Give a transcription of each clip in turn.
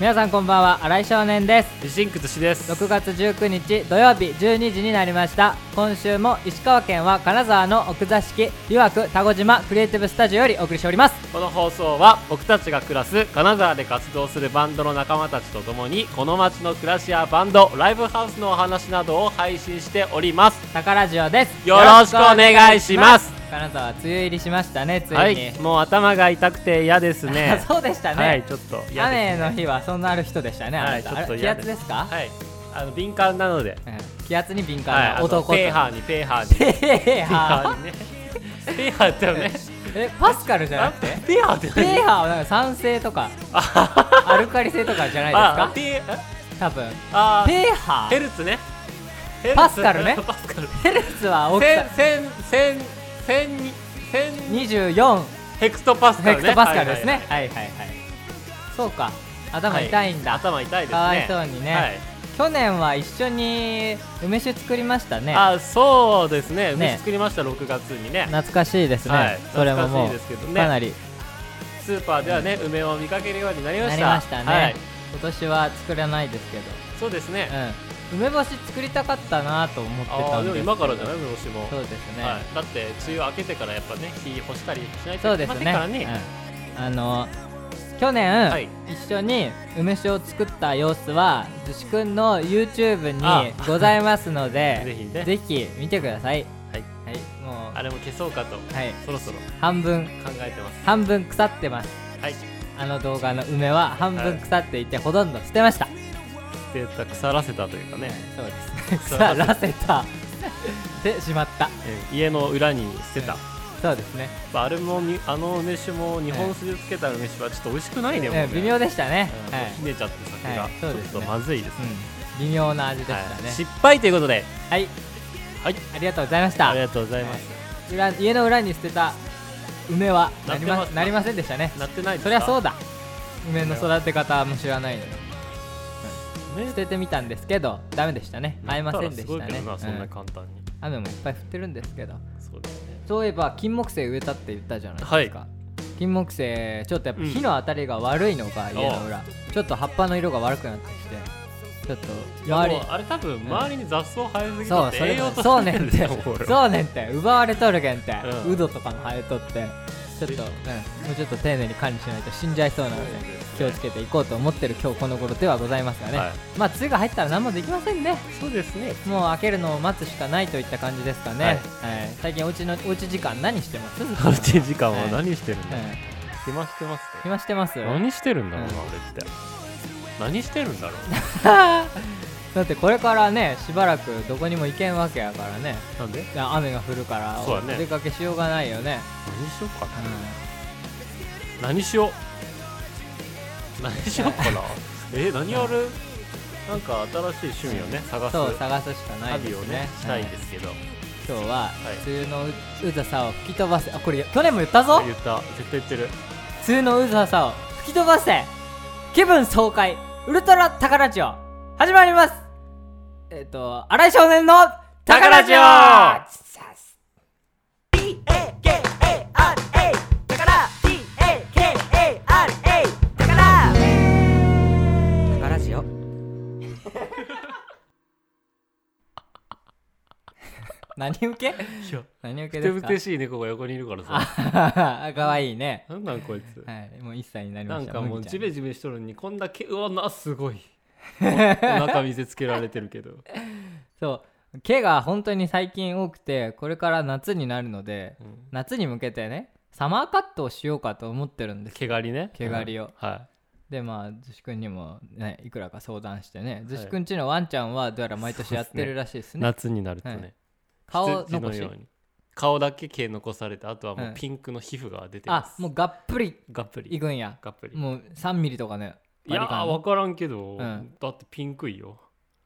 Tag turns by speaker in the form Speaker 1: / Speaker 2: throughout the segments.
Speaker 1: 皆さんこんばんは新井少年です
Speaker 2: シンクとしです
Speaker 1: 6月19日土曜日12時になりました今週も石川県は金沢の奥座敷湯涌田子島クリエイティブスタジオよりお送りしております
Speaker 2: この放送は僕たちが暮らす金沢で活動するバンドの仲間たちと共にこの街の暮らしやバンドライブハウスのお話などを配信しております
Speaker 1: タカラジオです
Speaker 2: よろしくお願いします
Speaker 1: 金沢梅雨入りしましたねついに、
Speaker 2: はいもう頭が痛くて嫌です
Speaker 1: あ
Speaker 2: ね
Speaker 1: そうでしたね、
Speaker 2: はいちょっと嫌
Speaker 1: 雨
Speaker 2: です
Speaker 1: の日はそんなある人でしたね、
Speaker 2: はい
Speaker 1: あな
Speaker 2: ち
Speaker 1: た
Speaker 2: ょっと
Speaker 1: あれ気
Speaker 2: 嫌で
Speaker 1: 圧
Speaker 2: す
Speaker 1: ですか、
Speaker 2: はいあの敏感なので
Speaker 1: うん気圧に敏
Speaker 2: はい
Speaker 1: 感
Speaker 2: あ
Speaker 1: な
Speaker 2: の
Speaker 1: 男と、
Speaker 2: ペーハーにペーハーにペ
Speaker 1: ペー
Speaker 2: ー
Speaker 1: ハ
Speaker 2: ハーにねペーハーだよね
Speaker 1: ーえパスカルじゃな
Speaker 2: あ
Speaker 1: くて
Speaker 2: ペーハーって
Speaker 1: ペー
Speaker 2: 何
Speaker 1: ハーはなんか酸性とかアルカリ性とかじゃない
Speaker 2: あ
Speaker 1: で
Speaker 2: ペーえ
Speaker 1: すか多分
Speaker 2: あー
Speaker 1: ペーハ
Speaker 2: ヘ
Speaker 1: ー
Speaker 2: ルツねヘルツ
Speaker 1: パスカルね
Speaker 2: パスカル
Speaker 1: ヘルツは大き
Speaker 2: 千
Speaker 1: さ
Speaker 2: 千千千に千
Speaker 1: 24
Speaker 2: ヘクトパスカ
Speaker 1: ヘ
Speaker 2: ル
Speaker 1: ク
Speaker 2: ね。
Speaker 1: トパスカルです
Speaker 2: は
Speaker 1: ね
Speaker 2: い
Speaker 1: はいはいはいそうか頭
Speaker 2: はい
Speaker 1: 痛いんだ、
Speaker 2: 頭痛いですね。
Speaker 1: かわいそうにね
Speaker 2: はい。
Speaker 1: 去年は一緒に梅酒作りましたね
Speaker 2: あ、そうですね。
Speaker 1: ね
Speaker 2: 梅作りました6月にね。
Speaker 1: 懐かしいですね、
Speaker 2: はい
Speaker 1: それもも
Speaker 2: 懐かしいですけど
Speaker 1: う
Speaker 2: ね
Speaker 1: かなり
Speaker 2: スーパーではね梅を見かけるようになりま
Speaker 1: な
Speaker 2: した。
Speaker 1: りましたね、
Speaker 2: はい。
Speaker 1: 今年は作らないですけど、
Speaker 2: そうですね。
Speaker 1: うん、梅干し作りたかったなと思ってた
Speaker 2: あ
Speaker 1: ん
Speaker 2: ー
Speaker 1: で
Speaker 2: です
Speaker 1: けど
Speaker 2: も今からじゃない梅干しも。
Speaker 1: そうですね、
Speaker 2: はい。だって梅雨明けてからやっぱね火干したりしない
Speaker 1: そ
Speaker 2: と
Speaker 1: う
Speaker 2: いけ
Speaker 1: です
Speaker 2: ません
Speaker 1: ね
Speaker 2: からね。
Speaker 1: うん、あの去年、
Speaker 2: はい
Speaker 1: 一緒に梅酒を作った様子は寿司くんの YouTube
Speaker 2: あ
Speaker 1: にございますので
Speaker 2: ぜひね
Speaker 1: ぜひ見てください
Speaker 2: はい。
Speaker 1: はいも
Speaker 2: あれも消そうかと
Speaker 1: うはい
Speaker 2: そろそろ
Speaker 1: 半分
Speaker 2: 考えてます。
Speaker 1: 半分腐ってます
Speaker 2: はい。
Speaker 1: あの動画の梅は半分腐っていてほとんど捨てました、
Speaker 2: データ腐らせたというかね。
Speaker 1: そうですね
Speaker 2: 腐
Speaker 1: 腐
Speaker 2: ら
Speaker 1: らせ たでしまった
Speaker 2: え家の裏に捨てた。
Speaker 1: そうですね
Speaker 2: まあ、あれもにあの梅酒も日本酒でつけた梅酒はちょっと美味しくないね、もう
Speaker 1: え
Speaker 2: ね
Speaker 1: え微妙でしたね、
Speaker 2: うん
Speaker 1: はい
Speaker 2: ひねちゃって酒
Speaker 1: は
Speaker 2: が
Speaker 1: い、
Speaker 2: ち
Speaker 1: そ
Speaker 2: ょ
Speaker 1: う
Speaker 2: っ
Speaker 1: ですね
Speaker 2: とまずいですね,
Speaker 1: うん、微妙な味でし
Speaker 2: はい、
Speaker 1: たね、
Speaker 2: 失敗ということで、
Speaker 1: はい、
Speaker 2: はい、
Speaker 1: ありがとうございました
Speaker 2: ありがとうございます、
Speaker 1: 裏家の裏に捨てた梅は
Speaker 2: な
Speaker 1: な
Speaker 2: って
Speaker 1: り
Speaker 2: ます
Speaker 1: まなりませんでしたね
Speaker 2: なってないですか
Speaker 1: そりゃそう
Speaker 2: う
Speaker 1: だ梅の育て方も知らないのに
Speaker 2: ね
Speaker 1: 捨ててみたんですけどダメでしたね合いませんでした
Speaker 2: なったらす
Speaker 1: ね
Speaker 2: ごいけどなそん
Speaker 1: う
Speaker 2: なん簡単に、
Speaker 1: 雨もいっぱい降ってるんですけど
Speaker 2: そうですね
Speaker 1: そういえば金木犀植えたって言ったじゃないですか、
Speaker 2: は
Speaker 1: 金木犀ちょっとやっぱ
Speaker 2: うん
Speaker 1: 火の当たりが悪いのか、家の裏ちょっと葉っぱの色が悪くなってきてちょっと
Speaker 2: いや
Speaker 1: 周り
Speaker 2: もうあれ多分周りに雑草生えすぎ
Speaker 1: そ
Speaker 2: と
Speaker 1: う
Speaker 2: って
Speaker 1: そ
Speaker 2: 栄
Speaker 1: れ
Speaker 2: 養
Speaker 1: も
Speaker 2: と
Speaker 1: そうねん て
Speaker 2: 俺は
Speaker 1: そうねんて奪われとるけんて、
Speaker 2: うん
Speaker 1: ウドとかも生えとってちょっと、
Speaker 2: で
Speaker 1: うんもうちょっと丁寧に管理しないと死んじゃいそうなので
Speaker 2: そうですね
Speaker 1: 気をつけていこうと思ってる今日この頃ではございますがね、
Speaker 2: はい
Speaker 1: まあ梅雨が入ったら何もできませんね
Speaker 2: そうですね
Speaker 1: もう開けるのを待つしかないといった感じですかね、
Speaker 2: は
Speaker 1: はいい最近おうちのおうち時間何してます
Speaker 2: ハルチ時間は何してるんだ、
Speaker 1: うん
Speaker 2: 暇してますね
Speaker 1: 暇してます
Speaker 2: 何してるんだろうな、
Speaker 1: うん
Speaker 2: 俺って何してるんだろう
Speaker 1: だってこれからねしばらくどこにも行けんわけやからね
Speaker 2: なんで
Speaker 1: いや雨が降るから
Speaker 2: そうだね
Speaker 1: お出かけしようがないよね
Speaker 2: 何しようかな
Speaker 1: うん
Speaker 2: 何しよう何しようかなえ何やるなんか新しい趣味をね探す
Speaker 1: そう探すしかないで
Speaker 2: 旅
Speaker 1: す
Speaker 2: を
Speaker 1: ね
Speaker 2: ねしたいですけど、
Speaker 1: 今日は
Speaker 2: はい
Speaker 1: 梅雨のううざさを吹き飛ばせあこれ去年も言ったぞ
Speaker 2: 言った絶対言ってる
Speaker 1: 梅雨のうざさを吹き飛ばせ気分爽快ウルトラタカラジオ始まりますえっ、と荒井少年のタカラジオ
Speaker 2: タカラ
Speaker 3: T-A-K-A-R-A だから T-A-K-A-R-A だから
Speaker 1: タカラジオ 何受け
Speaker 2: いや
Speaker 1: 何受けで
Speaker 2: ふて
Speaker 1: す
Speaker 2: ぶ
Speaker 1: か
Speaker 2: てしい猫が横にいるからさ
Speaker 1: あかわいいね
Speaker 2: なんなんこいつ
Speaker 1: はいもう一歳になり
Speaker 2: な
Speaker 1: ま
Speaker 2: ん
Speaker 1: した
Speaker 2: かもう
Speaker 1: 麦ち
Speaker 2: ジ
Speaker 1: ゃん
Speaker 2: メジメしとるのにこんだけうわなす ごいお腹見せつけられてるけど
Speaker 1: そう毛が本当に最近多くてこれから夏になるので、
Speaker 2: うん
Speaker 1: 夏に向けてねサマーカットをしようかと思ってるんです
Speaker 2: 毛刈りね
Speaker 1: 毛刈りを
Speaker 2: うんは
Speaker 1: でまあ逗子くんにも、ね、いくらか相談してね逗子くんちのワンちゃんはどうやら毎年やってるらしいです
Speaker 2: い
Speaker 1: ね
Speaker 2: 夏になるとね、
Speaker 1: はい顔
Speaker 2: 羊
Speaker 1: 残
Speaker 2: の
Speaker 1: し
Speaker 2: ように顔だけ毛残されてあとはもううんピンクの皮膚が出てま
Speaker 1: あ
Speaker 2: す、
Speaker 1: もうがっぷり
Speaker 2: がっぷり
Speaker 1: いくんや
Speaker 2: がっぷり
Speaker 1: もう3ミリとかね
Speaker 2: いやー
Speaker 1: バリカン
Speaker 2: 分からんけど、
Speaker 1: うん
Speaker 2: だってピンクいよ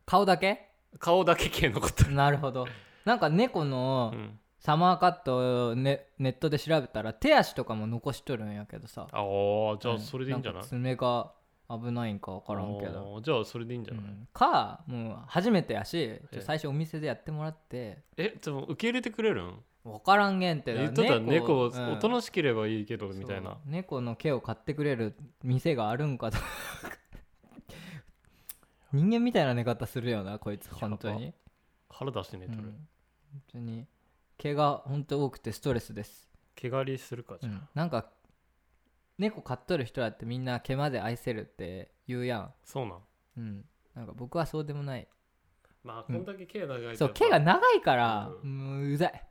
Speaker 1: 顔だけ
Speaker 2: 顔だけ毛残ってる、
Speaker 1: なるほどなんか猫の
Speaker 2: うん、
Speaker 1: サマーカットをねネットで調べたら手足とかも残しとるんやけどさ
Speaker 2: ああじゃあそれでいいんじゃない,、
Speaker 1: うか爪が危ないんか分からんけど
Speaker 2: あーじゃあそれでいいんじゃない、
Speaker 1: うんかもう初めてやしちょ
Speaker 2: え
Speaker 1: 最初お店でやってもらって
Speaker 2: えでも受け入れてくれるん
Speaker 1: 分からんげんって
Speaker 2: 言っとったら猫
Speaker 1: うん
Speaker 2: おとなしければいいけどみたい
Speaker 1: そ
Speaker 2: な
Speaker 1: う猫の毛を買ってくれる店があるんかと 人間みたいな寝方するよなこいつ本当に、
Speaker 2: 腹出して寝
Speaker 1: うん、
Speaker 2: とる、
Speaker 1: 本当に毛が本当多くてストレスです、
Speaker 2: 毛刈りするかじ
Speaker 1: う
Speaker 2: ゃあ、
Speaker 1: ん、なんか猫飼っとる人だってみんな毛まで愛せるって言うや
Speaker 2: そうなん
Speaker 1: んうんなんか僕はそうでもない
Speaker 2: まあこんだけ毛長いとやっぱ
Speaker 1: そう毛が長いから、
Speaker 2: う
Speaker 1: もううざい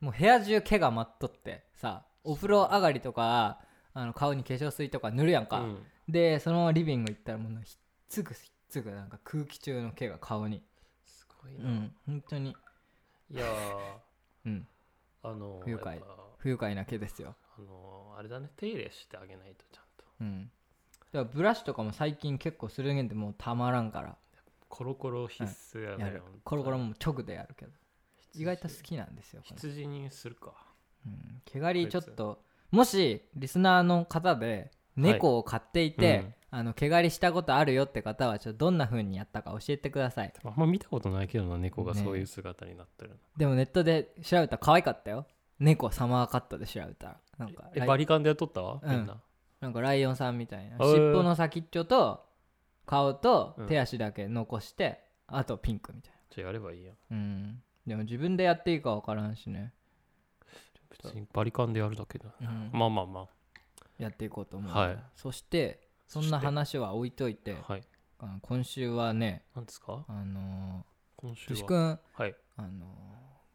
Speaker 1: もう部屋中毛が舞っとってさお風呂上がりとかあの顔に化粧水とか塗るやんか、
Speaker 2: うん
Speaker 1: でそのままリビング行ったらもうひっつくひっつくなんか空気中の毛が顔に
Speaker 2: すごいうな、
Speaker 1: ん本当に
Speaker 2: いやー
Speaker 1: うん
Speaker 2: あの
Speaker 1: 不愉快
Speaker 2: やっぱ
Speaker 1: 不愉快な毛ですよ
Speaker 2: あのあれだね手入れしてあげないとちゃんと
Speaker 1: うんだからブラシとかも最近結構するげんでもうたまらんから
Speaker 2: コロコロ必須やね、
Speaker 1: やるコロコロ
Speaker 2: も
Speaker 1: も直でやるけど意外と好きなんですよこの
Speaker 2: 羊にするか
Speaker 1: うん毛刈りちょっともしリスナーの方で猫を飼っていて、
Speaker 2: はいうん
Speaker 1: あの毛刈りしたことあるよって方はちょっとどんな風にやったか教えてください
Speaker 2: あんま見たことないけどな猫が
Speaker 1: ね
Speaker 2: そういう姿になってるの、
Speaker 1: でもネットで調べたら可愛かったよ猫サマーカットで調べたらなんか
Speaker 2: え
Speaker 1: ライ
Speaker 2: バリカンでやっとった、
Speaker 1: うん
Speaker 2: みんな
Speaker 1: なんかライオンさんみたいな
Speaker 2: へー
Speaker 1: 尻尾の先っちょと顔と
Speaker 2: うん
Speaker 1: 手足だけ残して、あとピンクみたい
Speaker 2: じゃあやればいいやん
Speaker 1: なうんでも自分でやっていいか分からんしね、
Speaker 2: 別にバリカンでやるだけだ、
Speaker 1: うん
Speaker 2: まあまあま
Speaker 1: やっていこうと思う、
Speaker 2: はい
Speaker 1: そしてそんな話は置いといて
Speaker 2: あはい
Speaker 1: あの今週はね
Speaker 2: なんですか
Speaker 1: あの
Speaker 2: 今
Speaker 1: ー、
Speaker 2: 週
Speaker 1: としく
Speaker 2: は
Speaker 1: ん、
Speaker 2: はい
Speaker 1: あのー、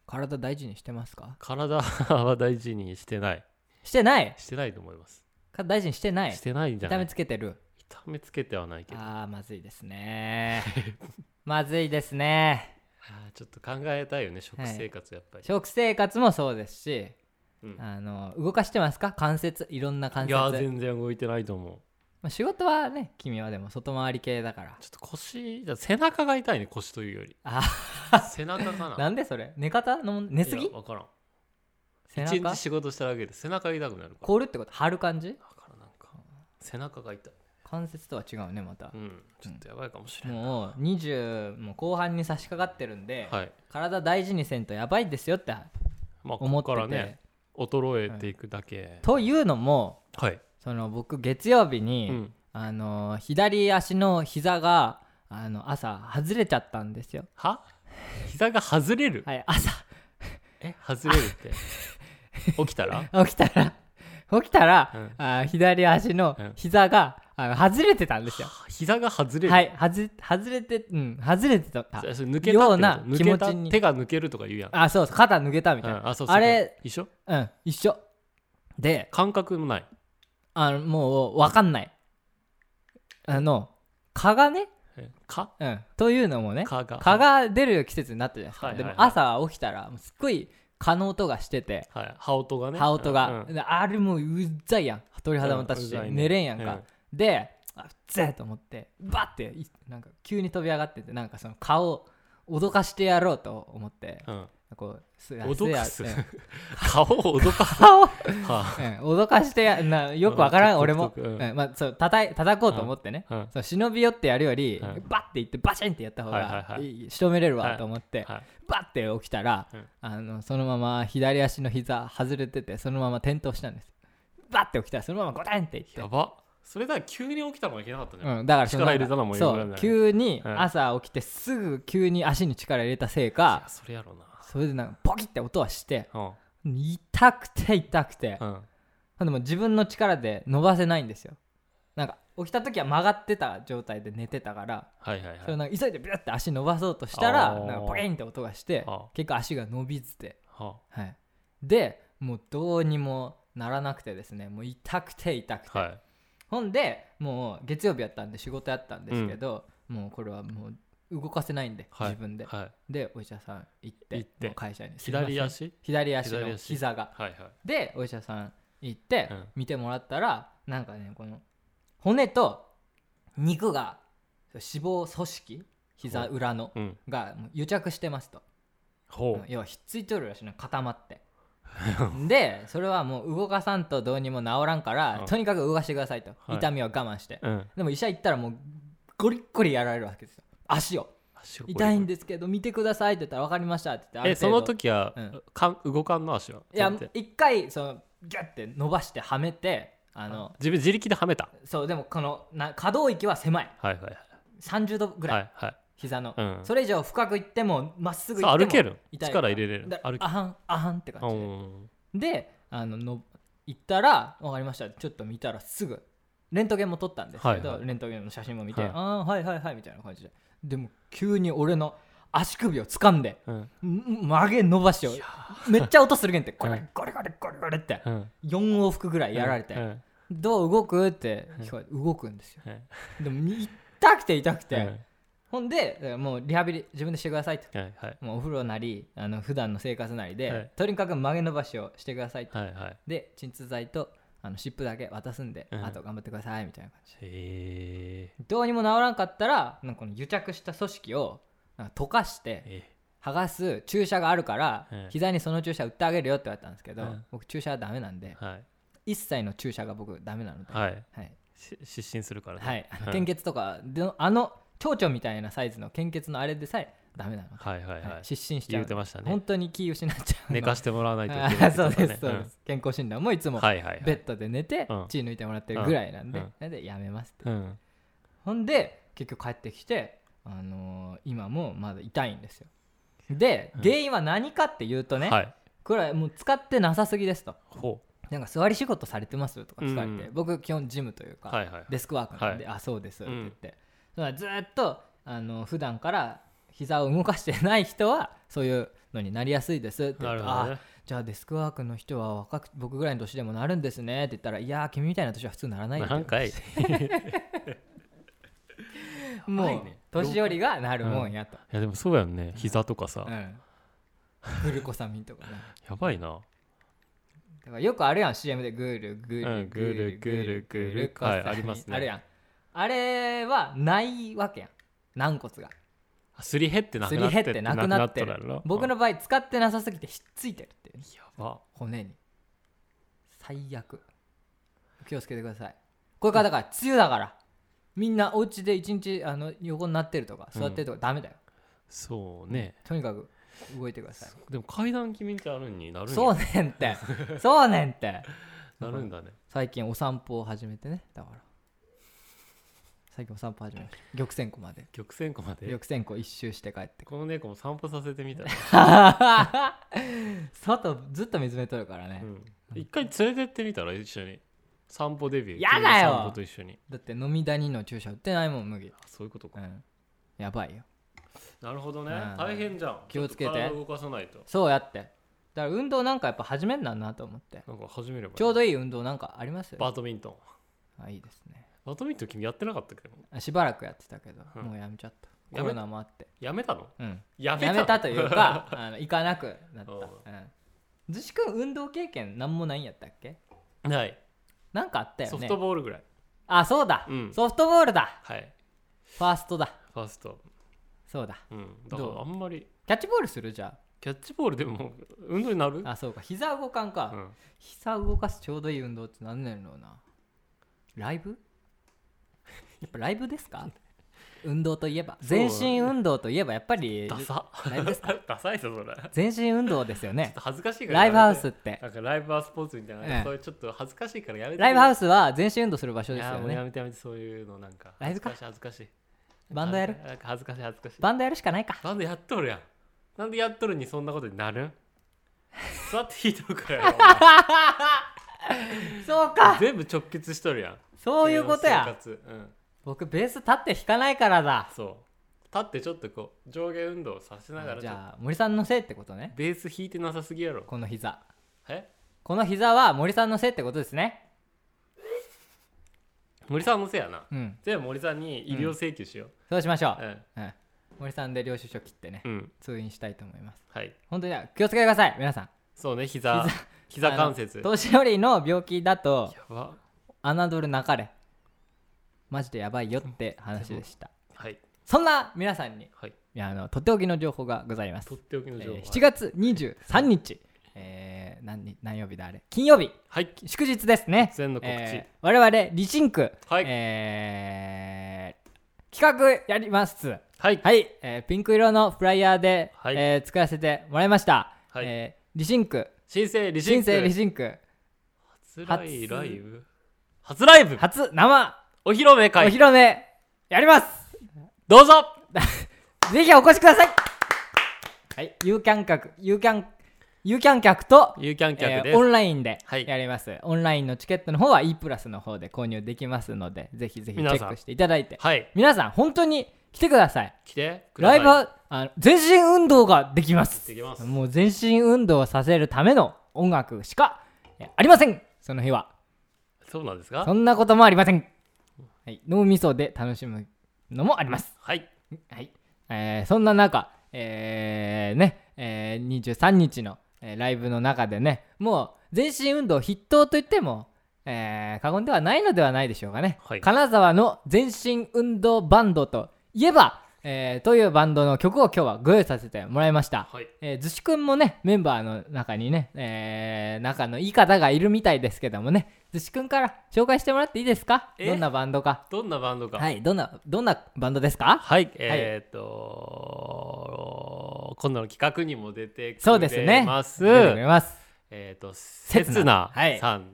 Speaker 1: 体大事にしてますか
Speaker 2: 体 は大事にしてない
Speaker 1: してない
Speaker 2: してないと思います、
Speaker 1: か大事にしてない
Speaker 2: してないんじゃな
Speaker 1: 痛
Speaker 2: い
Speaker 1: めつけてる
Speaker 2: 痛めつけてはないけど
Speaker 1: あ
Speaker 2: あ
Speaker 1: ーまずいです ねまずいですね
Speaker 2: ーちょっと考えたいよね食
Speaker 1: はい
Speaker 2: 生活やっぱり、
Speaker 1: 食生活もそうですし、
Speaker 2: うん
Speaker 1: あの動かしてますか関節いろんな関
Speaker 2: い
Speaker 1: 節
Speaker 2: やー全然動いてないと思う
Speaker 1: まあ、仕事はね君はでも外回り系だから
Speaker 2: ちょっと腰じゃあ背中が痛いね腰というより
Speaker 1: あ
Speaker 2: 背中か な
Speaker 1: なんでそれ寝方の問寝すぎ
Speaker 2: 分からん
Speaker 1: 背
Speaker 2: 一
Speaker 1: 中
Speaker 2: 日仕事しただけで背中が痛くなるから
Speaker 1: 凍るってこと張る感じ
Speaker 2: だからなんか背中が痛い
Speaker 1: 関節とは違うねまた
Speaker 2: う、んちょっとやばいかもしれない、
Speaker 1: もう20もう後半に差し掛かってるんで、
Speaker 2: はい
Speaker 1: 体大事にせんとやばいですよって
Speaker 2: まあこ
Speaker 1: 思
Speaker 2: こ
Speaker 1: って
Speaker 2: から
Speaker 1: て、
Speaker 2: ね衰えていくだけ
Speaker 1: というのも
Speaker 2: はい、
Speaker 1: その僕月曜日に、
Speaker 2: うん、
Speaker 1: あの左足の膝があの朝外れちゃったんですよ
Speaker 2: は膝が外れる、
Speaker 1: はい朝
Speaker 2: え外れる って起きたら
Speaker 1: 起きたら起きたら、
Speaker 2: うん
Speaker 1: あ左足の
Speaker 2: うん
Speaker 1: 膝が、あの外れてたんですよ
Speaker 2: 膝が外れる、
Speaker 1: はい外外れてうん外れてた
Speaker 2: それそれ抜けたってこと
Speaker 1: ような
Speaker 2: 抜け
Speaker 1: 気持
Speaker 2: た
Speaker 1: ちに
Speaker 2: 手が抜けるとか言うやん
Speaker 1: あそうそう肩抜けたみたいな、
Speaker 2: うんあそうそう
Speaker 1: あれ
Speaker 2: 一緒
Speaker 1: うん一緒で
Speaker 2: 感覚もない
Speaker 1: あのもう分かんないあの蚊がね、
Speaker 2: えか
Speaker 1: うん、というのもね
Speaker 2: かが
Speaker 1: 蚊が出る季節になったじゃないですか、
Speaker 2: はいはいはい
Speaker 1: でも朝起きたらもうすっごい蚊の音がしてて
Speaker 2: はい、羽音がね
Speaker 1: 羽音が、
Speaker 2: うん
Speaker 1: であれもううっざいやん鳥肌も立つし、
Speaker 2: うん
Speaker 1: 寝れんやんか、
Speaker 2: う
Speaker 1: であうっぜえと思ってバッていなんか急に飛び上がっててなんかその顔を脅かしてやろうと思って
Speaker 2: うん、
Speaker 1: こうす
Speaker 2: 脅かす
Speaker 1: やうん
Speaker 2: 顔を脅 かす
Speaker 1: 顔を、
Speaker 2: は
Speaker 1: うん脅かして やなよくわから
Speaker 2: うんん
Speaker 1: 俺も、
Speaker 2: 独特うん
Speaker 1: うんまあ、そう叩い叩こうと思ってね、
Speaker 2: あ、うん
Speaker 1: そう忍び寄ってやるより、
Speaker 2: うん
Speaker 1: バッていってバシンってやった方が、
Speaker 2: はいはいはい
Speaker 1: いい仕留めれるわと思って、
Speaker 2: はい、
Speaker 1: バッて起きたら、
Speaker 2: うん
Speaker 1: あのそのまま左足の膝外れててそのまま転倒したんですバッて起きたらそのままゴテンっていって
Speaker 2: やばそれだから急に起きたのがいけなかったじゃん、
Speaker 1: うん、だからその
Speaker 2: 力入れたのも
Speaker 1: そ
Speaker 2: よくないうね
Speaker 1: 急に
Speaker 2: うん
Speaker 1: 朝起きてすぐ急に足に力入れたせいか、
Speaker 2: それやろうな
Speaker 1: それでなんかポキって音はして
Speaker 2: う
Speaker 1: 痛くて痛くて、
Speaker 2: ん、うん、
Speaker 1: でも自分の力で伸ばせないんですよなんか起きた時は曲がってた状態で寝てたから、
Speaker 2: はいはいはい
Speaker 1: それをなんか急いでビュッて足伸ばそうとしたら
Speaker 2: あー
Speaker 1: なんかポキンって音がして
Speaker 2: あ
Speaker 1: 結構足が伸びずて、
Speaker 2: は
Speaker 1: はい、でもうどうにもならなくてですねもう痛くて痛くて、
Speaker 2: あはい
Speaker 1: ほんでもう月曜日やったんで仕事やったんですけど、もうこれはもう動かせないんで、
Speaker 2: はい
Speaker 1: 自分で、
Speaker 2: はい
Speaker 1: でお医者さん行って
Speaker 2: 行って
Speaker 1: もう会社に
Speaker 2: 左
Speaker 1: すいません
Speaker 2: 足
Speaker 1: 左足
Speaker 2: 左
Speaker 1: の
Speaker 2: 足
Speaker 1: 膝が
Speaker 2: はいはい
Speaker 1: でお医者さん行って、
Speaker 2: うん
Speaker 1: 見てもらったらなんかねこの骨と肉が脂肪組織膝裏の
Speaker 2: うん
Speaker 1: がもう癒着してますと
Speaker 2: ほ
Speaker 1: 要はひっついとるらしいの固まって でそれはもう動かさんとどうにも治らんから、
Speaker 2: うん
Speaker 1: とにかく動かしてくださいと、
Speaker 2: はい
Speaker 1: 痛みを我慢して、
Speaker 2: う、うん、
Speaker 1: でも医者行ったらもうゴリッゴリやられるわけですよ足を
Speaker 2: 足をこう
Speaker 1: 痛いんですけど見てくださいって言ったら分かりましたって言って
Speaker 2: えその
Speaker 1: 時
Speaker 2: 時は、
Speaker 1: うん
Speaker 2: かん動かんの足はい
Speaker 1: や
Speaker 2: だって
Speaker 1: 一回そのギュッて伸ばしてはめてあの
Speaker 2: 自分自力ではめた
Speaker 1: そうでもこのな可動域は狭い
Speaker 2: はいはいはい
Speaker 1: 30度ぐらい、
Speaker 2: はいはい
Speaker 1: 膝の、
Speaker 2: うん
Speaker 1: それ以上深く行ってもまっすぐ行
Speaker 2: そ
Speaker 1: っ
Speaker 2: う
Speaker 1: て
Speaker 2: 歩
Speaker 1: も
Speaker 2: ける
Speaker 1: 痛い
Speaker 2: 力入れれる
Speaker 1: だ
Speaker 2: 歩け
Speaker 1: あはんあはんって感
Speaker 2: う
Speaker 1: じ
Speaker 2: ん
Speaker 1: でであのの行ったら分かりましたちょっと見たらすぐレントゲンも撮ったんですけど、
Speaker 2: はいはい
Speaker 1: レントゲンの写真も見て、
Speaker 2: はい
Speaker 1: ああはいはいはいみたいな感じででも急に俺の足首を掴んで
Speaker 2: うん
Speaker 1: ん曲げ伸ばしをめっちゃ音するけんってこれ
Speaker 2: うん
Speaker 1: これこれこれこれって
Speaker 2: うん
Speaker 1: 4往復ぐらいやられて、
Speaker 2: うん
Speaker 1: どう動くって聞こえて動くんですよ
Speaker 2: うん
Speaker 1: でもみ痛くて痛くて、
Speaker 2: うん
Speaker 1: ほんでえーもうリハビリ自分でしてくださいって
Speaker 2: はいはい
Speaker 1: もうお風呂なりあの普段の生活なりで、
Speaker 2: はい
Speaker 1: とにかく曲げ伸ばしをしてくださいって、
Speaker 2: はいはい
Speaker 1: で鎮痛剤とあの湿布だけ渡すんで、
Speaker 2: うん
Speaker 1: あと頑張ってくださいみたいな感じ
Speaker 2: へー
Speaker 1: どうにも治らんかったらなんかこの癒着した組織をなんか溶かして
Speaker 2: え
Speaker 1: 剥がす注射があるから、
Speaker 2: うん
Speaker 1: 膝にその注射打ってあげるよって言われたんですけど、
Speaker 2: うん
Speaker 1: 僕注射はダメなんで
Speaker 2: はい
Speaker 1: 一切の注射が僕ダメなので、
Speaker 2: はい
Speaker 1: はい
Speaker 2: し失神するからね
Speaker 1: はい、あの
Speaker 2: う
Speaker 1: 献
Speaker 2: ん
Speaker 1: 血とかでのあの蝶々みたいなサイズの献血のあれでさえダメなの、
Speaker 2: はいはい
Speaker 1: はい
Speaker 2: はい
Speaker 1: 失神しちゃ
Speaker 2: 言
Speaker 1: う
Speaker 2: うてましたね
Speaker 1: 本当に気失っちゃうの
Speaker 2: 寝かしてもらわないといけな
Speaker 1: あー
Speaker 2: いって
Speaker 1: そ
Speaker 2: こ
Speaker 1: う
Speaker 2: とね
Speaker 1: ですそうです、健康診断もいつ
Speaker 2: うん
Speaker 1: も
Speaker 2: はいはいはい
Speaker 1: ベッドで寝て
Speaker 2: うん
Speaker 1: 血抜いてもらってるぐらいなんで、
Speaker 2: うん
Speaker 1: なんでやめますって、
Speaker 2: うん
Speaker 1: ほんで結局帰ってきて、あのー今もまだ痛いんですよで、
Speaker 2: うん
Speaker 1: 原因は何かっていうとね、
Speaker 2: はい
Speaker 1: これはもう使ってなさすぎですと
Speaker 2: ほ
Speaker 1: なんか座り仕事されてますとか聞かれて、
Speaker 2: うん
Speaker 1: 僕基本ジムという
Speaker 2: う
Speaker 1: か、
Speaker 2: はいはい
Speaker 1: デスクワークなんで、あそうですって言って、だからずっとあの普段から膝を動かしてない人はそういうのになりやすいですって言
Speaker 2: な
Speaker 1: っ
Speaker 2: る
Speaker 1: て、
Speaker 2: ほど
Speaker 1: あ
Speaker 2: ね
Speaker 1: じゃあデスクワークの人は若く僕ぐらいの年でもなるんですねって言ったらいやー君みたいな年は普通ならないよ
Speaker 2: なんかい
Speaker 1: もう、
Speaker 2: やばいね
Speaker 1: 年寄りがなるもんやと、
Speaker 2: いやでもそうやんね膝とかさ、
Speaker 1: うんグルコサミンとかね
Speaker 2: やばいな
Speaker 1: だからよくあるやん CM でグルグ
Speaker 2: う
Speaker 1: ル
Speaker 2: んグルグルグル
Speaker 1: コサミン
Speaker 2: はいありますね
Speaker 1: あるやんあれはないわけやん軟骨が
Speaker 2: あすり減ってな
Speaker 1: す
Speaker 2: くな
Speaker 1: り
Speaker 2: っ
Speaker 1: 減
Speaker 2: て
Speaker 1: ってなくなって
Speaker 2: なくなっと
Speaker 1: る
Speaker 2: やろ
Speaker 1: 僕の場合使ってなさすぎてひっついてるっていうね
Speaker 2: やば
Speaker 1: 骨に最悪気をつけてくださいこれからだから梅雨だからみんなお家で一日あの横になってるとか座ってるとかダメだよ、
Speaker 2: そうね
Speaker 1: とにかく動いてください
Speaker 2: でも階段気味ってあるんになるんや
Speaker 1: そうねんってそうねんって
Speaker 2: なるんだね
Speaker 1: 最近お散歩を始めてねだから最近お散歩始めました玉泉湖まで
Speaker 2: 玉線湖まで
Speaker 1: 玉泉湖一周して帰 って
Speaker 2: この猫も散歩させて みたら、
Speaker 1: 外ずっと水目とるからね、
Speaker 2: うん一回連れてってみたら一緒に散歩デビュー
Speaker 1: やだよ
Speaker 2: 君の散歩と一緒に
Speaker 1: だって飲みダニの注射売ってないもん麦
Speaker 2: あそういうこと
Speaker 1: う
Speaker 2: か、
Speaker 1: んやばいよ
Speaker 2: なるほどね
Speaker 1: うん
Speaker 2: 大変じゃん
Speaker 1: 気をつけて
Speaker 2: ちょっと体動かさないと
Speaker 1: そうやってだから運動なんかやっぱ始めんなんなと思って
Speaker 2: なんか始めればいい
Speaker 1: ちょうどいい運動なんかあります
Speaker 2: バドミントン
Speaker 1: あいいですね
Speaker 2: バドミントン君やってなかったけど
Speaker 1: あしばらくやってたけど、
Speaker 2: うん
Speaker 1: もうやめちゃった
Speaker 2: やめ
Speaker 1: コロナもあって、
Speaker 2: やめたの
Speaker 1: うん、
Speaker 2: やめた
Speaker 1: や
Speaker 2: の
Speaker 1: めたという かあの行かなくなった、
Speaker 2: お
Speaker 1: う、
Speaker 2: うん
Speaker 1: ずしくん運動経験なんもないんやったっけ
Speaker 2: ない
Speaker 1: なんかあったよね
Speaker 2: ソフトボールぐらい
Speaker 1: あそうだ、
Speaker 2: うん
Speaker 1: ソフトボールだ
Speaker 2: はい
Speaker 1: ファーストだ
Speaker 2: ファースト
Speaker 1: そうだ
Speaker 2: うんだからあんまり
Speaker 1: キャッチボールするじゃ
Speaker 2: キャッチボールでも運動になる
Speaker 1: ああそうか膝動かんか、
Speaker 2: うん
Speaker 1: 膝動かすちょうどいい運動って何なんだろうなライブやっぱライブですか 運動といえば
Speaker 2: そう
Speaker 1: 全
Speaker 2: だね
Speaker 1: 身運動といえばやっぱり
Speaker 2: ダサ
Speaker 1: ライブですか
Speaker 2: ダサいぞそれちょっ
Speaker 1: 全身運動ですよね
Speaker 2: と恥ずかしいから
Speaker 1: ライブハ
Speaker 2: や
Speaker 1: ウ
Speaker 2: めて
Speaker 1: ス って
Speaker 2: なんかライブハウスポーツみたいな、
Speaker 1: ええ
Speaker 2: そういうちょっと恥ずかしいからやめて
Speaker 1: ライブハ
Speaker 2: ウ
Speaker 1: ウスは全身運動する場所
Speaker 2: ス
Speaker 1: ですよ
Speaker 2: や
Speaker 1: ね
Speaker 2: めてやめてそういうのなんか
Speaker 1: ライブか
Speaker 2: 恥ずかしい恥ずかしい
Speaker 1: バンドやる
Speaker 2: なんか恥ずかしい恥ずかしい
Speaker 1: バンドやるしかないか
Speaker 2: バンドやっとるやんなんでやっとるにそんなことになるん 座って弾いとるからや
Speaker 1: そう
Speaker 2: ろ
Speaker 1: か
Speaker 2: 全部直結しとるやん
Speaker 1: そういうことや
Speaker 2: 生活うん
Speaker 1: 僕ベース立って弾かないからだ
Speaker 2: そう立ってちょっとこう上下運動をさせながら
Speaker 1: じ
Speaker 2: ちょっ
Speaker 1: ゃあ森さんのせいってことね
Speaker 2: とベース弾いてなさすぎやろ
Speaker 1: この膝
Speaker 2: え
Speaker 1: この膝は森さんのせいってことですね
Speaker 2: 森さんのせいやな
Speaker 1: うん
Speaker 2: じゃあ森さんに医療請求しよ
Speaker 1: そうしましょ
Speaker 2: う
Speaker 1: う、
Speaker 2: う
Speaker 1: うん、森さんで領収書切ってね
Speaker 2: ん、うん、
Speaker 1: 通院したいと思います
Speaker 2: はい
Speaker 1: 本当にあ気をつけてください皆さん
Speaker 2: そうね膝膝関節
Speaker 1: あ
Speaker 2: や
Speaker 1: の年寄りの病気だと
Speaker 2: ば
Speaker 1: 侮るなかれマジでやばいよって話でした
Speaker 2: はい
Speaker 1: そんな皆さんに
Speaker 2: はい
Speaker 1: あのとっておきの情報がございます
Speaker 2: とっ、ておきの情報、
Speaker 1: えー7月23日、えー何日何曜日だあれ金曜日
Speaker 2: はい
Speaker 1: 祝日ですね
Speaker 2: 全の告知、
Speaker 1: えー我々リシンク、
Speaker 2: はい
Speaker 1: えー企画やります
Speaker 2: はい
Speaker 1: はい、えーピンク色のフライヤーで、
Speaker 2: はい
Speaker 1: えー作らせてもらいました、
Speaker 2: はい
Speaker 1: えーリシンク
Speaker 2: 新生理
Speaker 1: 新
Speaker 2: 人
Speaker 1: 生リシンク
Speaker 2: 初
Speaker 1: 初
Speaker 2: ライライブ初ライブ
Speaker 1: 初生
Speaker 2: お披露目
Speaker 1: お
Speaker 2: 会
Speaker 1: 披露目やります
Speaker 2: どうぞ
Speaker 1: ぜひお越しくださいはい、有キャン客、有キャン、有キャン客と、
Speaker 2: ゆうキャンキャン
Speaker 1: え
Speaker 2: で
Speaker 1: ー
Speaker 2: す、
Speaker 1: オンラインで
Speaker 2: はい
Speaker 1: やります、オンラインのチケットの方は E プラスの方で購入できますので、ぜひぜひチェ
Speaker 2: 皆さ
Speaker 1: ッ
Speaker 2: ん
Speaker 1: クしていただいて。
Speaker 2: はい
Speaker 1: 皆さん、本当に来てください。
Speaker 2: 来てくだ
Speaker 1: ラ
Speaker 2: さい
Speaker 1: イブはあの全身運動ができます。
Speaker 2: できます
Speaker 1: もう全身運動をさせるための音楽しかえありませんその日は
Speaker 2: そうなんですか
Speaker 1: そんなこともありません、はい、脳みそで楽しむのもあります、
Speaker 2: はい
Speaker 1: はいえーそんな中、えーねえー23日の、えーライブの中でねもう全身運動筆頭といっても、えー過言ではないのではないでしょうかね、
Speaker 2: はい
Speaker 1: 金沢の全身運動バンドといえば、えーというバンドの曲を今日はご用意させてもらいました
Speaker 2: はい
Speaker 1: えー、ずしくんもねメンバーの中にね、えー仲のいい方がいるみたいですけどもねずしくんから紹介してもらっていいですか
Speaker 2: え
Speaker 1: どんなバンドか
Speaker 2: どんなバンドか
Speaker 1: はいどんなどんなバンドですか
Speaker 2: はい、えーっと今度の企画にも出てくれます
Speaker 1: そうですね出てくれます
Speaker 2: えっ、とせ
Speaker 1: せ
Speaker 2: つ
Speaker 1: つ
Speaker 2: な
Speaker 1: なはい
Speaker 2: さんって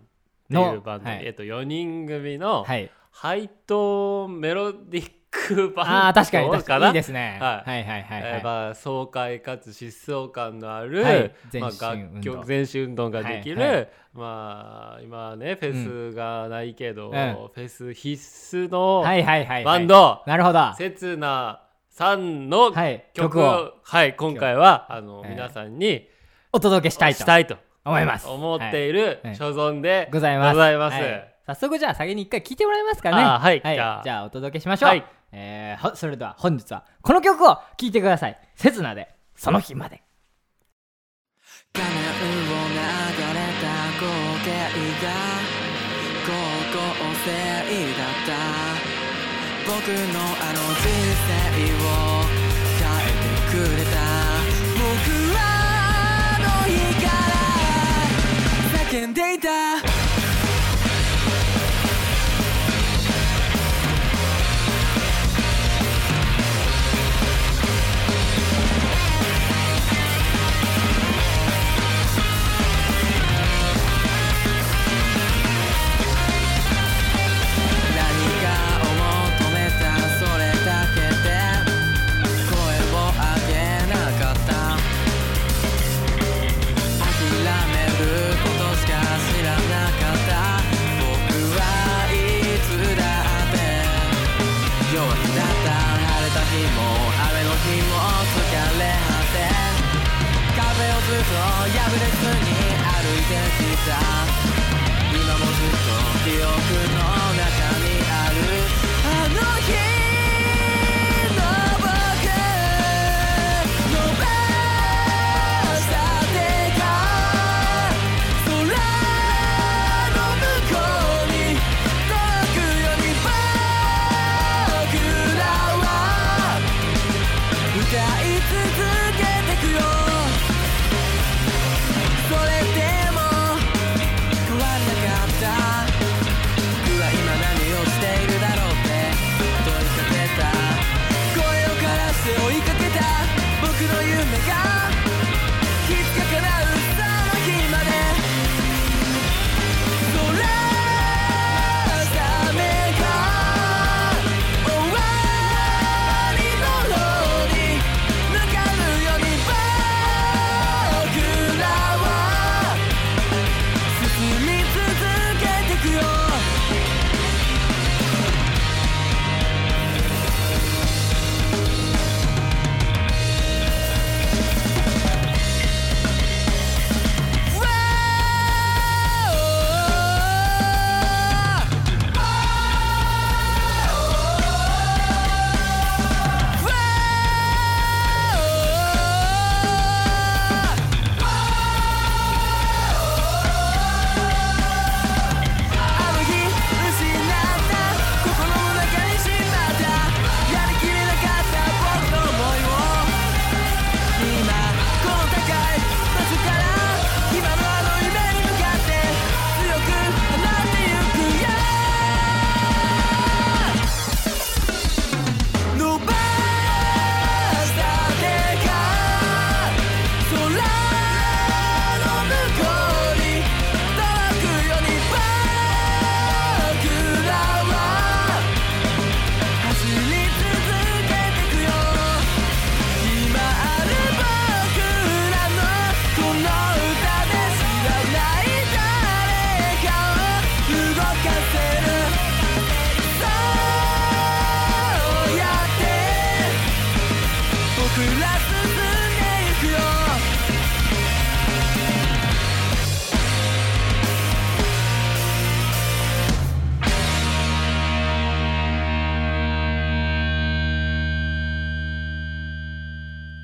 Speaker 1: の
Speaker 2: いうバンド、
Speaker 1: はい
Speaker 2: えっ、と4人組の
Speaker 1: はい
Speaker 2: 配当メロディックバンド。
Speaker 1: ああー確かに確かにいいですすね、
Speaker 2: はい
Speaker 1: はいはいはいはい
Speaker 2: えーまあ、爽快かつ疾走感のある、
Speaker 1: はい
Speaker 2: まあ、
Speaker 1: 全身運動
Speaker 2: 楽曲全身運動ができる、
Speaker 1: はいは
Speaker 2: まあ今はねフェスがないけど、
Speaker 1: うん
Speaker 2: フェス必須の
Speaker 1: はいはいはい
Speaker 2: バ
Speaker 1: は
Speaker 2: ンド
Speaker 1: いなるほどは
Speaker 2: せつなさんの
Speaker 1: い
Speaker 2: 曲
Speaker 1: 曲
Speaker 2: を,、はい
Speaker 1: を
Speaker 2: 今回はあの、
Speaker 1: えー
Speaker 2: 皆さんに
Speaker 1: お届けしたいと
Speaker 2: したいと
Speaker 1: 思います
Speaker 2: 思っ
Speaker 1: はい
Speaker 2: ている
Speaker 1: はい
Speaker 2: 所存で
Speaker 1: ございます
Speaker 2: ございます
Speaker 1: はい早速じゃあ先に一回聞いてもらえますかね
Speaker 2: あーはい
Speaker 1: じ
Speaker 2: じゃあ
Speaker 1: ゃあお届けしましょう、
Speaker 2: はい
Speaker 1: えーほそれでは本日はこの曲を聴いてください「刹那でその日まで」
Speaker 4: 画面を流れた光景が高校生だった僕のあの人生を変えてくれた僕はあの日から叫んでいた何かを求めたそれだけで声を上げなかった諦めることしか知らなか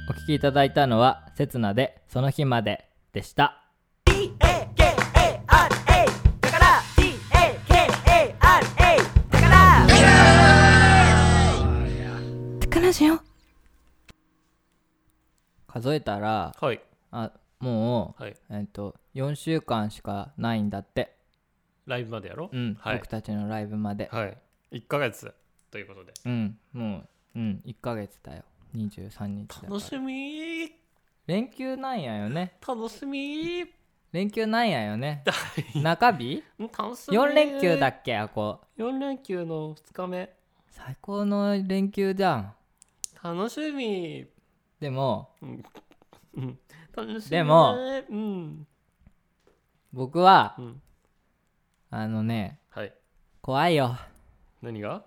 Speaker 1: 聴きいただいたのは「刹那でその日まで」でした
Speaker 3: T-A-K-A-R-A だから T-A-K-A-R-A だから
Speaker 1: 数えたら
Speaker 2: はい
Speaker 1: あもう、
Speaker 2: はい
Speaker 1: えっと4週間しかないんだって、
Speaker 2: ライブまでやろ
Speaker 1: うん
Speaker 2: はい
Speaker 1: 僕たちのライブまで、
Speaker 2: はい1ヶ月ということで
Speaker 1: うんもう、うん、1ヶ月だよ23日だから
Speaker 2: 楽しみー
Speaker 1: 連休なんやよね
Speaker 2: 楽しみー
Speaker 1: 連休なんやよ ね中日
Speaker 2: うん楽しみー
Speaker 1: 4連休だっけあこ
Speaker 2: 4連休の2日目
Speaker 1: 最高の連休じゃん
Speaker 2: 楽しみ
Speaker 1: でも
Speaker 2: うん楽しみー
Speaker 1: でも
Speaker 2: うん
Speaker 1: 僕は
Speaker 2: うん
Speaker 1: あのね
Speaker 2: はい
Speaker 1: 怖いよ
Speaker 2: 何が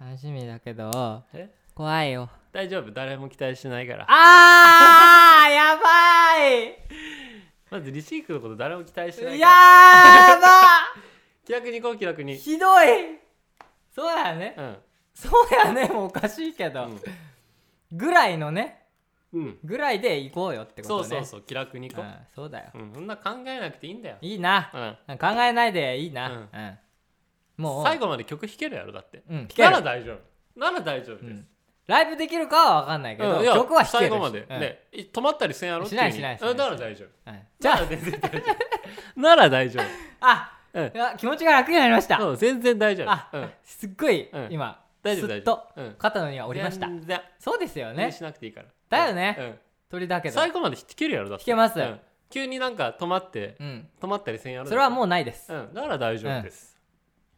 Speaker 1: 楽しみだけど
Speaker 2: え
Speaker 1: 怖いよ
Speaker 2: 大丈夫誰も期待しないから
Speaker 1: あー やば
Speaker 2: まずリシークのこと誰も期待しない
Speaker 1: い
Speaker 2: から
Speaker 1: やー ば
Speaker 2: 気楽にこう気楽に
Speaker 1: ひどいそうやね
Speaker 2: うん
Speaker 1: そうやねもうおかしいけど、ぐらいのね
Speaker 2: うん
Speaker 1: ぐらいで行こうよってこ
Speaker 2: そう
Speaker 1: とね
Speaker 2: そうそう気楽にこ
Speaker 1: うんそうだよ
Speaker 2: ううんそんな考えなくていいんだよ
Speaker 1: いいな
Speaker 2: うん
Speaker 1: 考えないでいいな、
Speaker 2: う
Speaker 1: うんんもう
Speaker 2: 最後まで曲弾けるやろだって
Speaker 1: うん弾け
Speaker 2: な
Speaker 1: る
Speaker 2: ら大丈夫なら大丈夫
Speaker 1: う
Speaker 2: です
Speaker 1: んライブできるかは分かんないけど、
Speaker 2: うんいや
Speaker 1: 曲は弾ける
Speaker 2: 最
Speaker 1: し
Speaker 2: 後まで
Speaker 1: うん
Speaker 2: ねい止まったりせんやろってう意味
Speaker 1: しないしないしない
Speaker 2: うんだから大丈夫
Speaker 1: はい
Speaker 2: じゃあ全然大丈夫 なら大丈
Speaker 1: あ、
Speaker 2: うん
Speaker 1: いや気持ちが楽になりました、
Speaker 2: 夫うん全然大丈夫
Speaker 1: あ、
Speaker 2: うん
Speaker 1: すっごい、
Speaker 2: うん
Speaker 1: 今
Speaker 2: 大丈
Speaker 1: す
Speaker 2: 夫大
Speaker 1: っ
Speaker 2: 丈
Speaker 1: と
Speaker 2: 夫うん
Speaker 1: 肩の荷が下りました
Speaker 2: 全然
Speaker 1: そうですよ
Speaker 2: 気に
Speaker 1: ね
Speaker 2: しなくていいから
Speaker 1: だよね
Speaker 2: うん
Speaker 1: 鳥だけど
Speaker 2: 最後まで弾けるやろだって
Speaker 1: 弾けます
Speaker 2: うん急になんか止まって
Speaker 1: うん
Speaker 2: 止まったりせんやろ
Speaker 1: それはもうないです、
Speaker 2: うんだから大丈夫です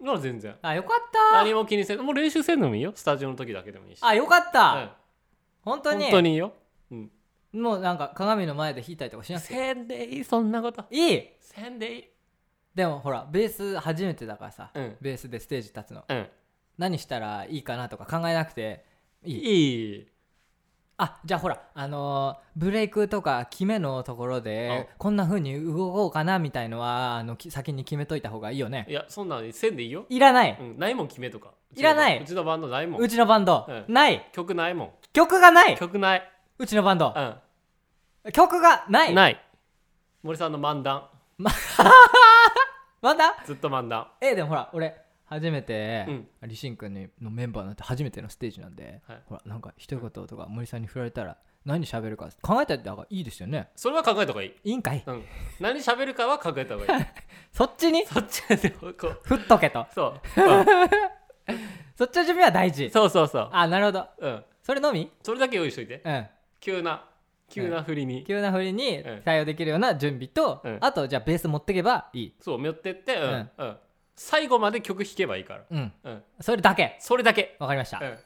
Speaker 2: なら全然
Speaker 1: あよかった
Speaker 2: 何も気にせんもう練習せんでもいいよスタジオの時だけでもいいし
Speaker 1: あよかった、
Speaker 2: うん
Speaker 1: 本当に
Speaker 2: 本当にいいようん
Speaker 1: もうなんか鏡の前で弾いたりとかしなくて
Speaker 2: せんでいいそんなこと
Speaker 1: いい
Speaker 2: せんでいい
Speaker 1: でもほらベース初めてだからさ、
Speaker 2: うん
Speaker 1: ベースでステージ立つの
Speaker 2: うん
Speaker 1: 何したらいいかなとか考えなくていい
Speaker 2: いい
Speaker 1: あじゃあほらあのーブレイクとか決めのところでこんな風に動こうかなみたいのはあのき先に決めといた方がいいよね
Speaker 2: いやそんなのせんでいいよ
Speaker 1: いらない、
Speaker 2: うんないもん決めとかうちの
Speaker 1: いらないう
Speaker 2: ちのバンドないも
Speaker 1: うんちのバンド、
Speaker 2: う
Speaker 1: ない
Speaker 2: 曲ないもん
Speaker 1: 曲がないう
Speaker 2: 曲ないう
Speaker 1: ちのバンド
Speaker 2: うん
Speaker 1: 曲がない
Speaker 2: ない森さんの漫談
Speaker 1: まだ
Speaker 2: ずっと漫談
Speaker 1: えでもほら俺初めて、
Speaker 2: うん
Speaker 1: リシンくんのメンバーになんて初めてのステージなんで、
Speaker 2: はい
Speaker 1: ほらなんか一言とか森さんに振られたら何喋るか考えたらいいですよね
Speaker 2: それは考えた方がいい
Speaker 1: いいんかい
Speaker 2: うん何喋るかは考えた方 がいい
Speaker 1: そっちに
Speaker 2: そっちでこう
Speaker 1: 振っとけと
Speaker 2: そううん
Speaker 1: そっちの準備は大事
Speaker 2: そうそうそう
Speaker 1: あなるほど
Speaker 2: うん
Speaker 1: それのみ
Speaker 2: それだけ用意しといて
Speaker 1: うん
Speaker 2: 急な急な振りに
Speaker 1: 急な振りに
Speaker 2: うん
Speaker 1: 対応できるような準備と、
Speaker 2: うん
Speaker 1: あとじゃあベース持ってけばいい
Speaker 2: そう持ってってう
Speaker 1: うん
Speaker 2: んうん最後まで曲弾けばいいか
Speaker 1: うん
Speaker 2: らうん
Speaker 1: それだけ
Speaker 2: それだけ
Speaker 1: わかりました、
Speaker 2: うん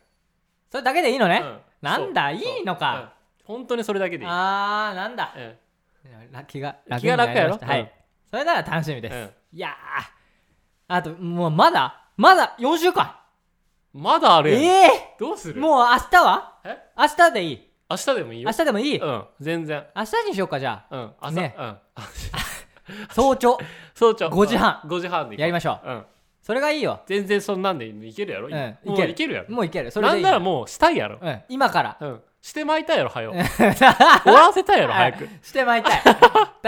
Speaker 1: それだけでいいのね、
Speaker 2: うん
Speaker 1: なんだ
Speaker 2: そう
Speaker 1: いいのか
Speaker 2: そううん本当にそれだけでいい
Speaker 1: あーなんだ
Speaker 2: うん
Speaker 1: ら気が楽
Speaker 2: 気が楽や
Speaker 1: になり
Speaker 2: ろ
Speaker 1: ましたはい、
Speaker 2: うん
Speaker 1: それなら楽しみです、
Speaker 2: うん
Speaker 1: いやーあともうまだまだ4週間
Speaker 2: まだあるやん
Speaker 1: え
Speaker 2: どうす
Speaker 1: え
Speaker 2: る
Speaker 1: もう明日は
Speaker 2: え
Speaker 1: 明日でいい
Speaker 2: 明日でもいいよ
Speaker 1: 明日でもいい、
Speaker 2: うん全然
Speaker 1: 明日にしようかじゃあ
Speaker 2: うん朝
Speaker 1: ね
Speaker 2: うん
Speaker 1: 早朝
Speaker 2: 早朝
Speaker 1: 5時半
Speaker 2: 5時半で行こう
Speaker 1: やりましょう
Speaker 2: うん
Speaker 1: それがいいよ
Speaker 2: 全然そんなんでいけるやろ、
Speaker 1: うん
Speaker 2: も
Speaker 1: いうける
Speaker 2: いけるやろ
Speaker 1: もういけるそれ
Speaker 2: な
Speaker 1: でい
Speaker 2: ん
Speaker 1: い
Speaker 2: ならもうしたいやろ、
Speaker 1: う、ん、今から
Speaker 2: うん、してまいたやろ早う終わらせたいやろ早く
Speaker 1: してまい たい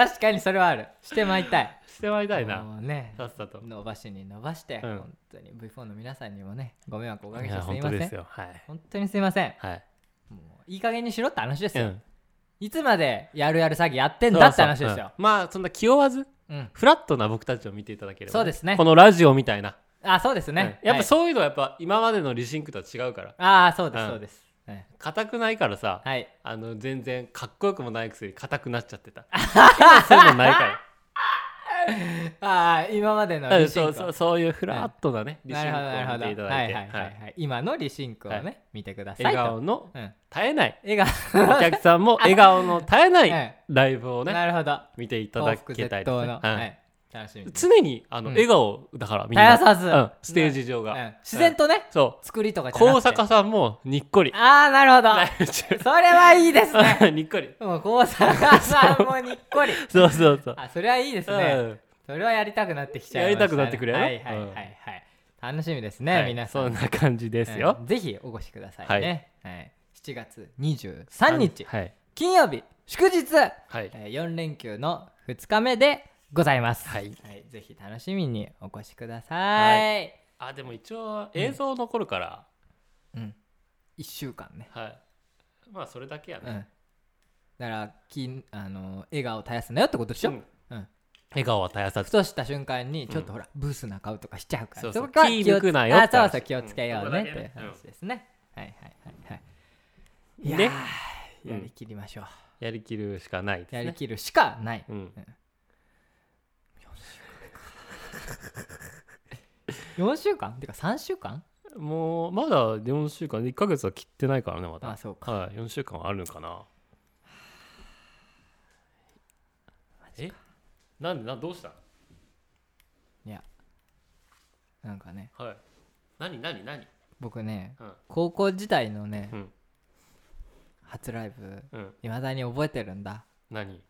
Speaker 1: 確かにそれはあるしてまいたい
Speaker 2: してまいたいな
Speaker 1: もうね
Speaker 2: さっさと
Speaker 1: 伸ばしに伸ばして、
Speaker 2: うん
Speaker 1: 本当に V4 の皆さんにもねご迷惑をおか
Speaker 2: い
Speaker 1: けして
Speaker 2: や
Speaker 1: す
Speaker 2: 本
Speaker 1: い
Speaker 2: 当
Speaker 1: ませ
Speaker 2: です
Speaker 1: ん
Speaker 2: よはい、
Speaker 1: 本当にすいません
Speaker 2: はい
Speaker 1: もういい加減にしろって話です
Speaker 2: う
Speaker 1: よ、
Speaker 2: ん、
Speaker 1: いつまでやるやる詐欺やってんだって話
Speaker 2: そ
Speaker 1: で
Speaker 2: うそう
Speaker 1: すよ
Speaker 2: うんまあそんな気負わず
Speaker 1: うん
Speaker 2: フラットな僕たちを見ていただければ、
Speaker 1: そうですね
Speaker 2: このラジオみたいな、
Speaker 1: あそうですね、
Speaker 2: うんやっぱ
Speaker 1: う、
Speaker 2: そういうのはやっぱ今までのリシンクとは違うから
Speaker 1: ああそうです、
Speaker 2: うん
Speaker 1: そうです、うん
Speaker 2: 硬くないからさ、
Speaker 1: はい
Speaker 2: あの全然かっこよくもないくせに硬くなっち ゃってた今そういうのないから
Speaker 1: ああ今までの
Speaker 2: うん
Speaker 1: リシン
Speaker 2: そ
Speaker 1: クを
Speaker 2: うそうそういうフラットなね、リシ
Speaker 1: な
Speaker 2: ン
Speaker 1: る
Speaker 2: ク
Speaker 1: ほどなる
Speaker 2: を
Speaker 1: ほ
Speaker 2: 見
Speaker 1: ど
Speaker 2: て
Speaker 1: はいい
Speaker 2: た
Speaker 1: はい
Speaker 2: だいて、
Speaker 1: はい、
Speaker 2: は
Speaker 1: はいい、今のリシンクをね、
Speaker 2: はい
Speaker 1: 見てくださいと
Speaker 2: 笑顔の
Speaker 1: うん
Speaker 2: 絶えない
Speaker 1: 笑顔
Speaker 2: お客さんも笑顔の絶 えない
Speaker 1: え
Speaker 2: ライブをね
Speaker 1: なるほど
Speaker 2: 見ていた
Speaker 1: 幸
Speaker 2: だ
Speaker 1: 福
Speaker 2: け
Speaker 1: 絶
Speaker 2: たり
Speaker 1: 倒
Speaker 2: と
Speaker 1: の、
Speaker 2: か、うん
Speaker 1: はい、楽しみです
Speaker 2: 常にあの
Speaker 1: うん
Speaker 2: 笑顔だからみん
Speaker 1: 絶や
Speaker 2: な
Speaker 1: さず、
Speaker 2: うんステージ上
Speaker 1: う
Speaker 2: が
Speaker 1: ん自然とね、
Speaker 2: そ
Speaker 1: 作りとか
Speaker 2: う
Speaker 1: じゃな
Speaker 2: 高
Speaker 1: くて
Speaker 2: 坂さんもにっこり
Speaker 1: ああなるほ
Speaker 2: ライ
Speaker 1: ど
Speaker 2: ブ中
Speaker 1: それはいいですね
Speaker 2: にっこり
Speaker 1: もう高坂さんもにっこり
Speaker 2: そうそうそう
Speaker 1: あそれはいいです
Speaker 2: う
Speaker 1: ね、
Speaker 2: ん
Speaker 1: それはやりたくなってきちゃいました、ね、
Speaker 2: やりたくなってくるやろ
Speaker 1: はいはいはいはい、楽しみですね、
Speaker 2: はい
Speaker 1: 皆さん
Speaker 2: そんな感じですよ
Speaker 1: うんぜひお越しくださいね、はい7月23日、
Speaker 2: はい
Speaker 1: 金曜日祝日、
Speaker 2: はい
Speaker 1: えー、4連休の2日目でございます、
Speaker 2: はい
Speaker 1: ぜひ楽しみにお越しください、
Speaker 2: あでも一応映像残るから、
Speaker 1: うん、1週間ね、
Speaker 2: はいまあそれだけや
Speaker 1: うん、だ
Speaker 2: ね、
Speaker 1: からきあの笑顔絶やすなよってことでしょ、
Speaker 2: う
Speaker 1: うんん
Speaker 2: 笑顔は絶やさ
Speaker 1: ふ
Speaker 2: ず
Speaker 1: とした瞬間にちょっとほら、ブースな顔とかしちゃうから
Speaker 2: そうそう
Speaker 1: こは
Speaker 2: 気
Speaker 1: 気を
Speaker 2: 抜くなよって
Speaker 1: あそう
Speaker 2: 話
Speaker 1: そう気をつけよう
Speaker 2: う
Speaker 1: ね
Speaker 2: ん
Speaker 1: っ
Speaker 2: そこだけね
Speaker 1: て話ですね、はいはいはいはいいや
Speaker 2: で
Speaker 1: ーやりきりましょう、
Speaker 2: やりきるしかないですね
Speaker 1: やりきるしかない、
Speaker 2: うん、
Speaker 1: 4週間ってか3週間
Speaker 2: もうまだ4週間1ヶ月は切ってないからねまだ
Speaker 1: あそうか
Speaker 2: はい、4週間はあるのかなえなんでなどうした
Speaker 1: いやなんかね
Speaker 2: はい何何何
Speaker 1: 僕ね
Speaker 2: うん
Speaker 1: 高校時代のね、
Speaker 2: うん
Speaker 1: 初ライブ
Speaker 2: うん
Speaker 1: いまだに覚えてるんだ
Speaker 2: 何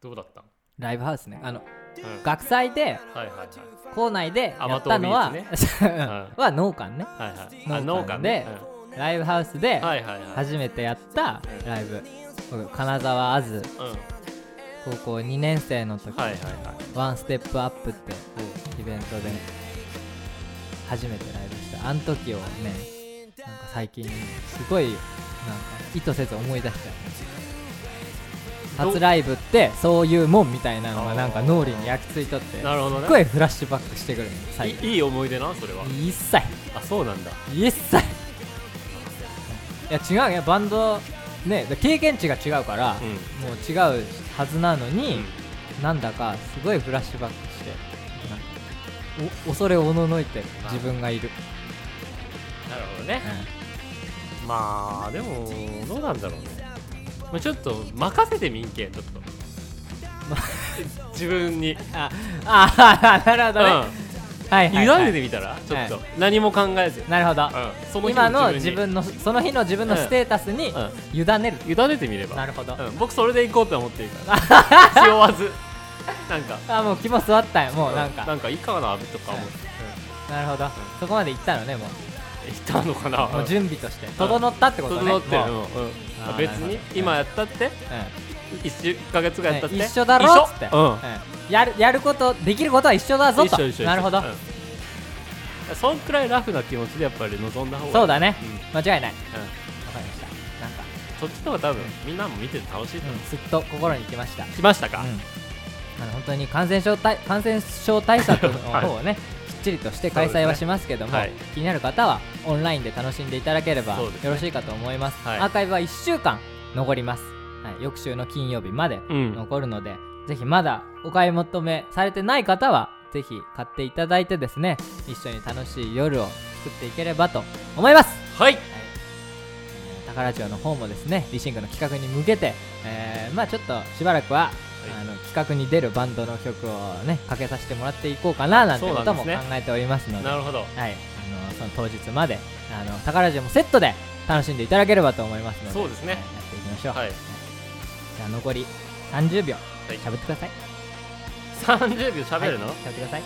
Speaker 2: どうだった
Speaker 1: ライブハウスねあの
Speaker 2: うん
Speaker 1: 学祭で
Speaker 2: はいはいはい
Speaker 1: 校内でやったの
Speaker 2: ア
Speaker 1: は、
Speaker 2: マトー
Speaker 1: うんは農館ね
Speaker 2: はいはいあ
Speaker 1: 農館で
Speaker 2: 農家ね
Speaker 1: ライブハウスで
Speaker 2: うんはいはいはい
Speaker 1: 初めてやったライブ、僕金沢あず
Speaker 2: うんはい
Speaker 1: 高校2年生の時、
Speaker 2: はいはい
Speaker 1: ワンステップアップってイベントで初めてライブしたあの時をねなんか最近すごいなんか意図せず思い出しちゃう
Speaker 2: ど
Speaker 1: 初ライブってそういうもんみたいなの
Speaker 2: あ
Speaker 1: が
Speaker 2: ー
Speaker 1: なんか脳裏に焼き付いとって
Speaker 2: なるほどね
Speaker 1: すっごいフラッシュバックしてくるの最
Speaker 2: い
Speaker 1: 近
Speaker 2: いいい思い出なそれは
Speaker 1: 一切
Speaker 2: あそうなんだ
Speaker 1: 一切いや違うねバンドね経験値が違うから、
Speaker 2: うん
Speaker 1: もう違うはずなのに、なんだかすごいフラッシュバックしてなんかお恐れおののいてる
Speaker 2: あ
Speaker 1: 自分がいる、
Speaker 2: なるほどねまあでもどうなんだろうね、まあ、ちょっと任せてみんけちょっと、自分に、
Speaker 1: あ あーなるほどね、はいはい、は
Speaker 2: 委ね
Speaker 1: い、
Speaker 2: てみたらちょっと、
Speaker 1: は
Speaker 2: 何も考えず、
Speaker 1: なるほど、
Speaker 2: うん、その日
Speaker 1: 今の
Speaker 2: 自
Speaker 1: 自
Speaker 2: 分
Speaker 1: 分のその日の自分のステータスに
Speaker 2: う
Speaker 1: 委ねる、
Speaker 2: に委ねてみれば
Speaker 1: なるほど、
Speaker 2: うん、僕それで行こうと思ってるから 気負わずなんか
Speaker 1: あもう肝座ったんやもうなんか、
Speaker 2: なんかいいかなとか思って、
Speaker 1: なるほど、そこまで行ったのねもう
Speaker 2: うん、いたのかな
Speaker 1: もう準備として整ったってことね、
Speaker 2: 整ってる、
Speaker 1: もう
Speaker 2: うんうん
Speaker 1: あー
Speaker 2: 別
Speaker 1: な
Speaker 2: に
Speaker 1: るほど
Speaker 2: 今やったって
Speaker 1: うん
Speaker 2: 1ヶ月ぐらいやったって、
Speaker 1: 一緒だろっつって、
Speaker 2: 一緒うん
Speaker 1: うんやるやることできることは一緒だぞ
Speaker 2: 一緒
Speaker 1: と
Speaker 2: 一緒一緒
Speaker 1: なるほど、
Speaker 2: うんそんくらいラフな気持ちでやっぱり臨んだ方が
Speaker 1: そうだね
Speaker 2: うん、うん、
Speaker 1: 間違いないわかりましたなんか、
Speaker 2: そっちの方が多分みんなも見てて楽しいと思
Speaker 1: うん、すっと心にきました、うん
Speaker 2: う、来ましたか、
Speaker 1: あの本当に感染症対感染症対策の
Speaker 2: はい
Speaker 1: 方をね、きっちりとして開催はしますけども、
Speaker 2: そうですね
Speaker 1: 気になる方はオンラインで楽しんでいただければ
Speaker 2: そ
Speaker 1: よ
Speaker 2: うですね
Speaker 1: ろしいかと思います、
Speaker 2: はい
Speaker 1: アーカイブは1週間残ります、はい、翌週の金曜日まで
Speaker 2: うん
Speaker 1: 残るので、ぜひまだお買い求めされてない方はぜひ買っていただいてですね一緒に楽しい夜を作っていければと思います
Speaker 2: はい
Speaker 1: 宝城の方もですねリシングの企画に向けて、えーまあちょっとしばらくは、あの企画に出るバンドの曲をねかけさせてもらっていこうかななんて
Speaker 2: そうな
Speaker 1: こ
Speaker 2: ん
Speaker 1: と
Speaker 2: です
Speaker 1: も考
Speaker 2: ね
Speaker 1: えておりますので
Speaker 2: なるほど
Speaker 1: はい、あのその当日まであの宝城もセットで楽しんでいただければと思いますので
Speaker 2: そうですね
Speaker 1: はいやっていきましょう、
Speaker 2: はい
Speaker 1: じゃあ残り30秒
Speaker 2: はい
Speaker 1: 喋ってください
Speaker 2: 30秒喋るの、
Speaker 1: はい、喋ってください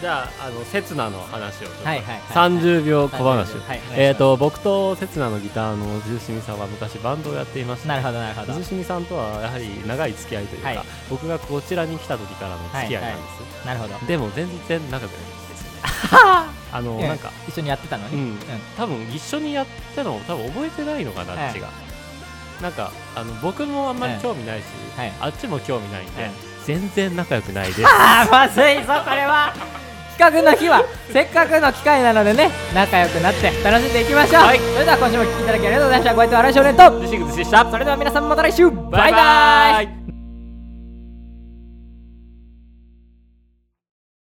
Speaker 2: じゃああの刹那の話をちょっと、
Speaker 1: はいはいはい
Speaker 2: 30秒小話を、
Speaker 1: はいお願いします
Speaker 2: えっ、と僕と刹那のギターの重みさんは昔バンドをやっていました
Speaker 1: なるほどなるほど
Speaker 2: 水みさんとはやはり長い付き合いというか、
Speaker 1: はい
Speaker 2: 僕がこちらに来た時からの付き合いなんです、
Speaker 1: なるほど
Speaker 2: でも全然仲良くないんですよ ねあの
Speaker 1: いや
Speaker 2: なんか
Speaker 1: 一緒にやってたの
Speaker 2: う
Speaker 1: に、
Speaker 2: ん、多分一緒にやったのを多分覚えてないのかな、
Speaker 1: はい
Speaker 2: あっちがなんかあの僕もあんまり興味ないし、
Speaker 1: はい
Speaker 2: あっちも興味ないんで、
Speaker 1: はい
Speaker 2: 全然仲良 くないです
Speaker 1: あーまずいぞこれは企画の日はせっかくの機会なのでね仲良くなって楽しんでいきましょう、
Speaker 2: はい
Speaker 1: それでは今週もお聴きいただきありがとうございましたご愛聴荒井少年と
Speaker 2: ジシングズでした
Speaker 1: それでは皆さんまた来週バイバイ
Speaker 2: バイバイ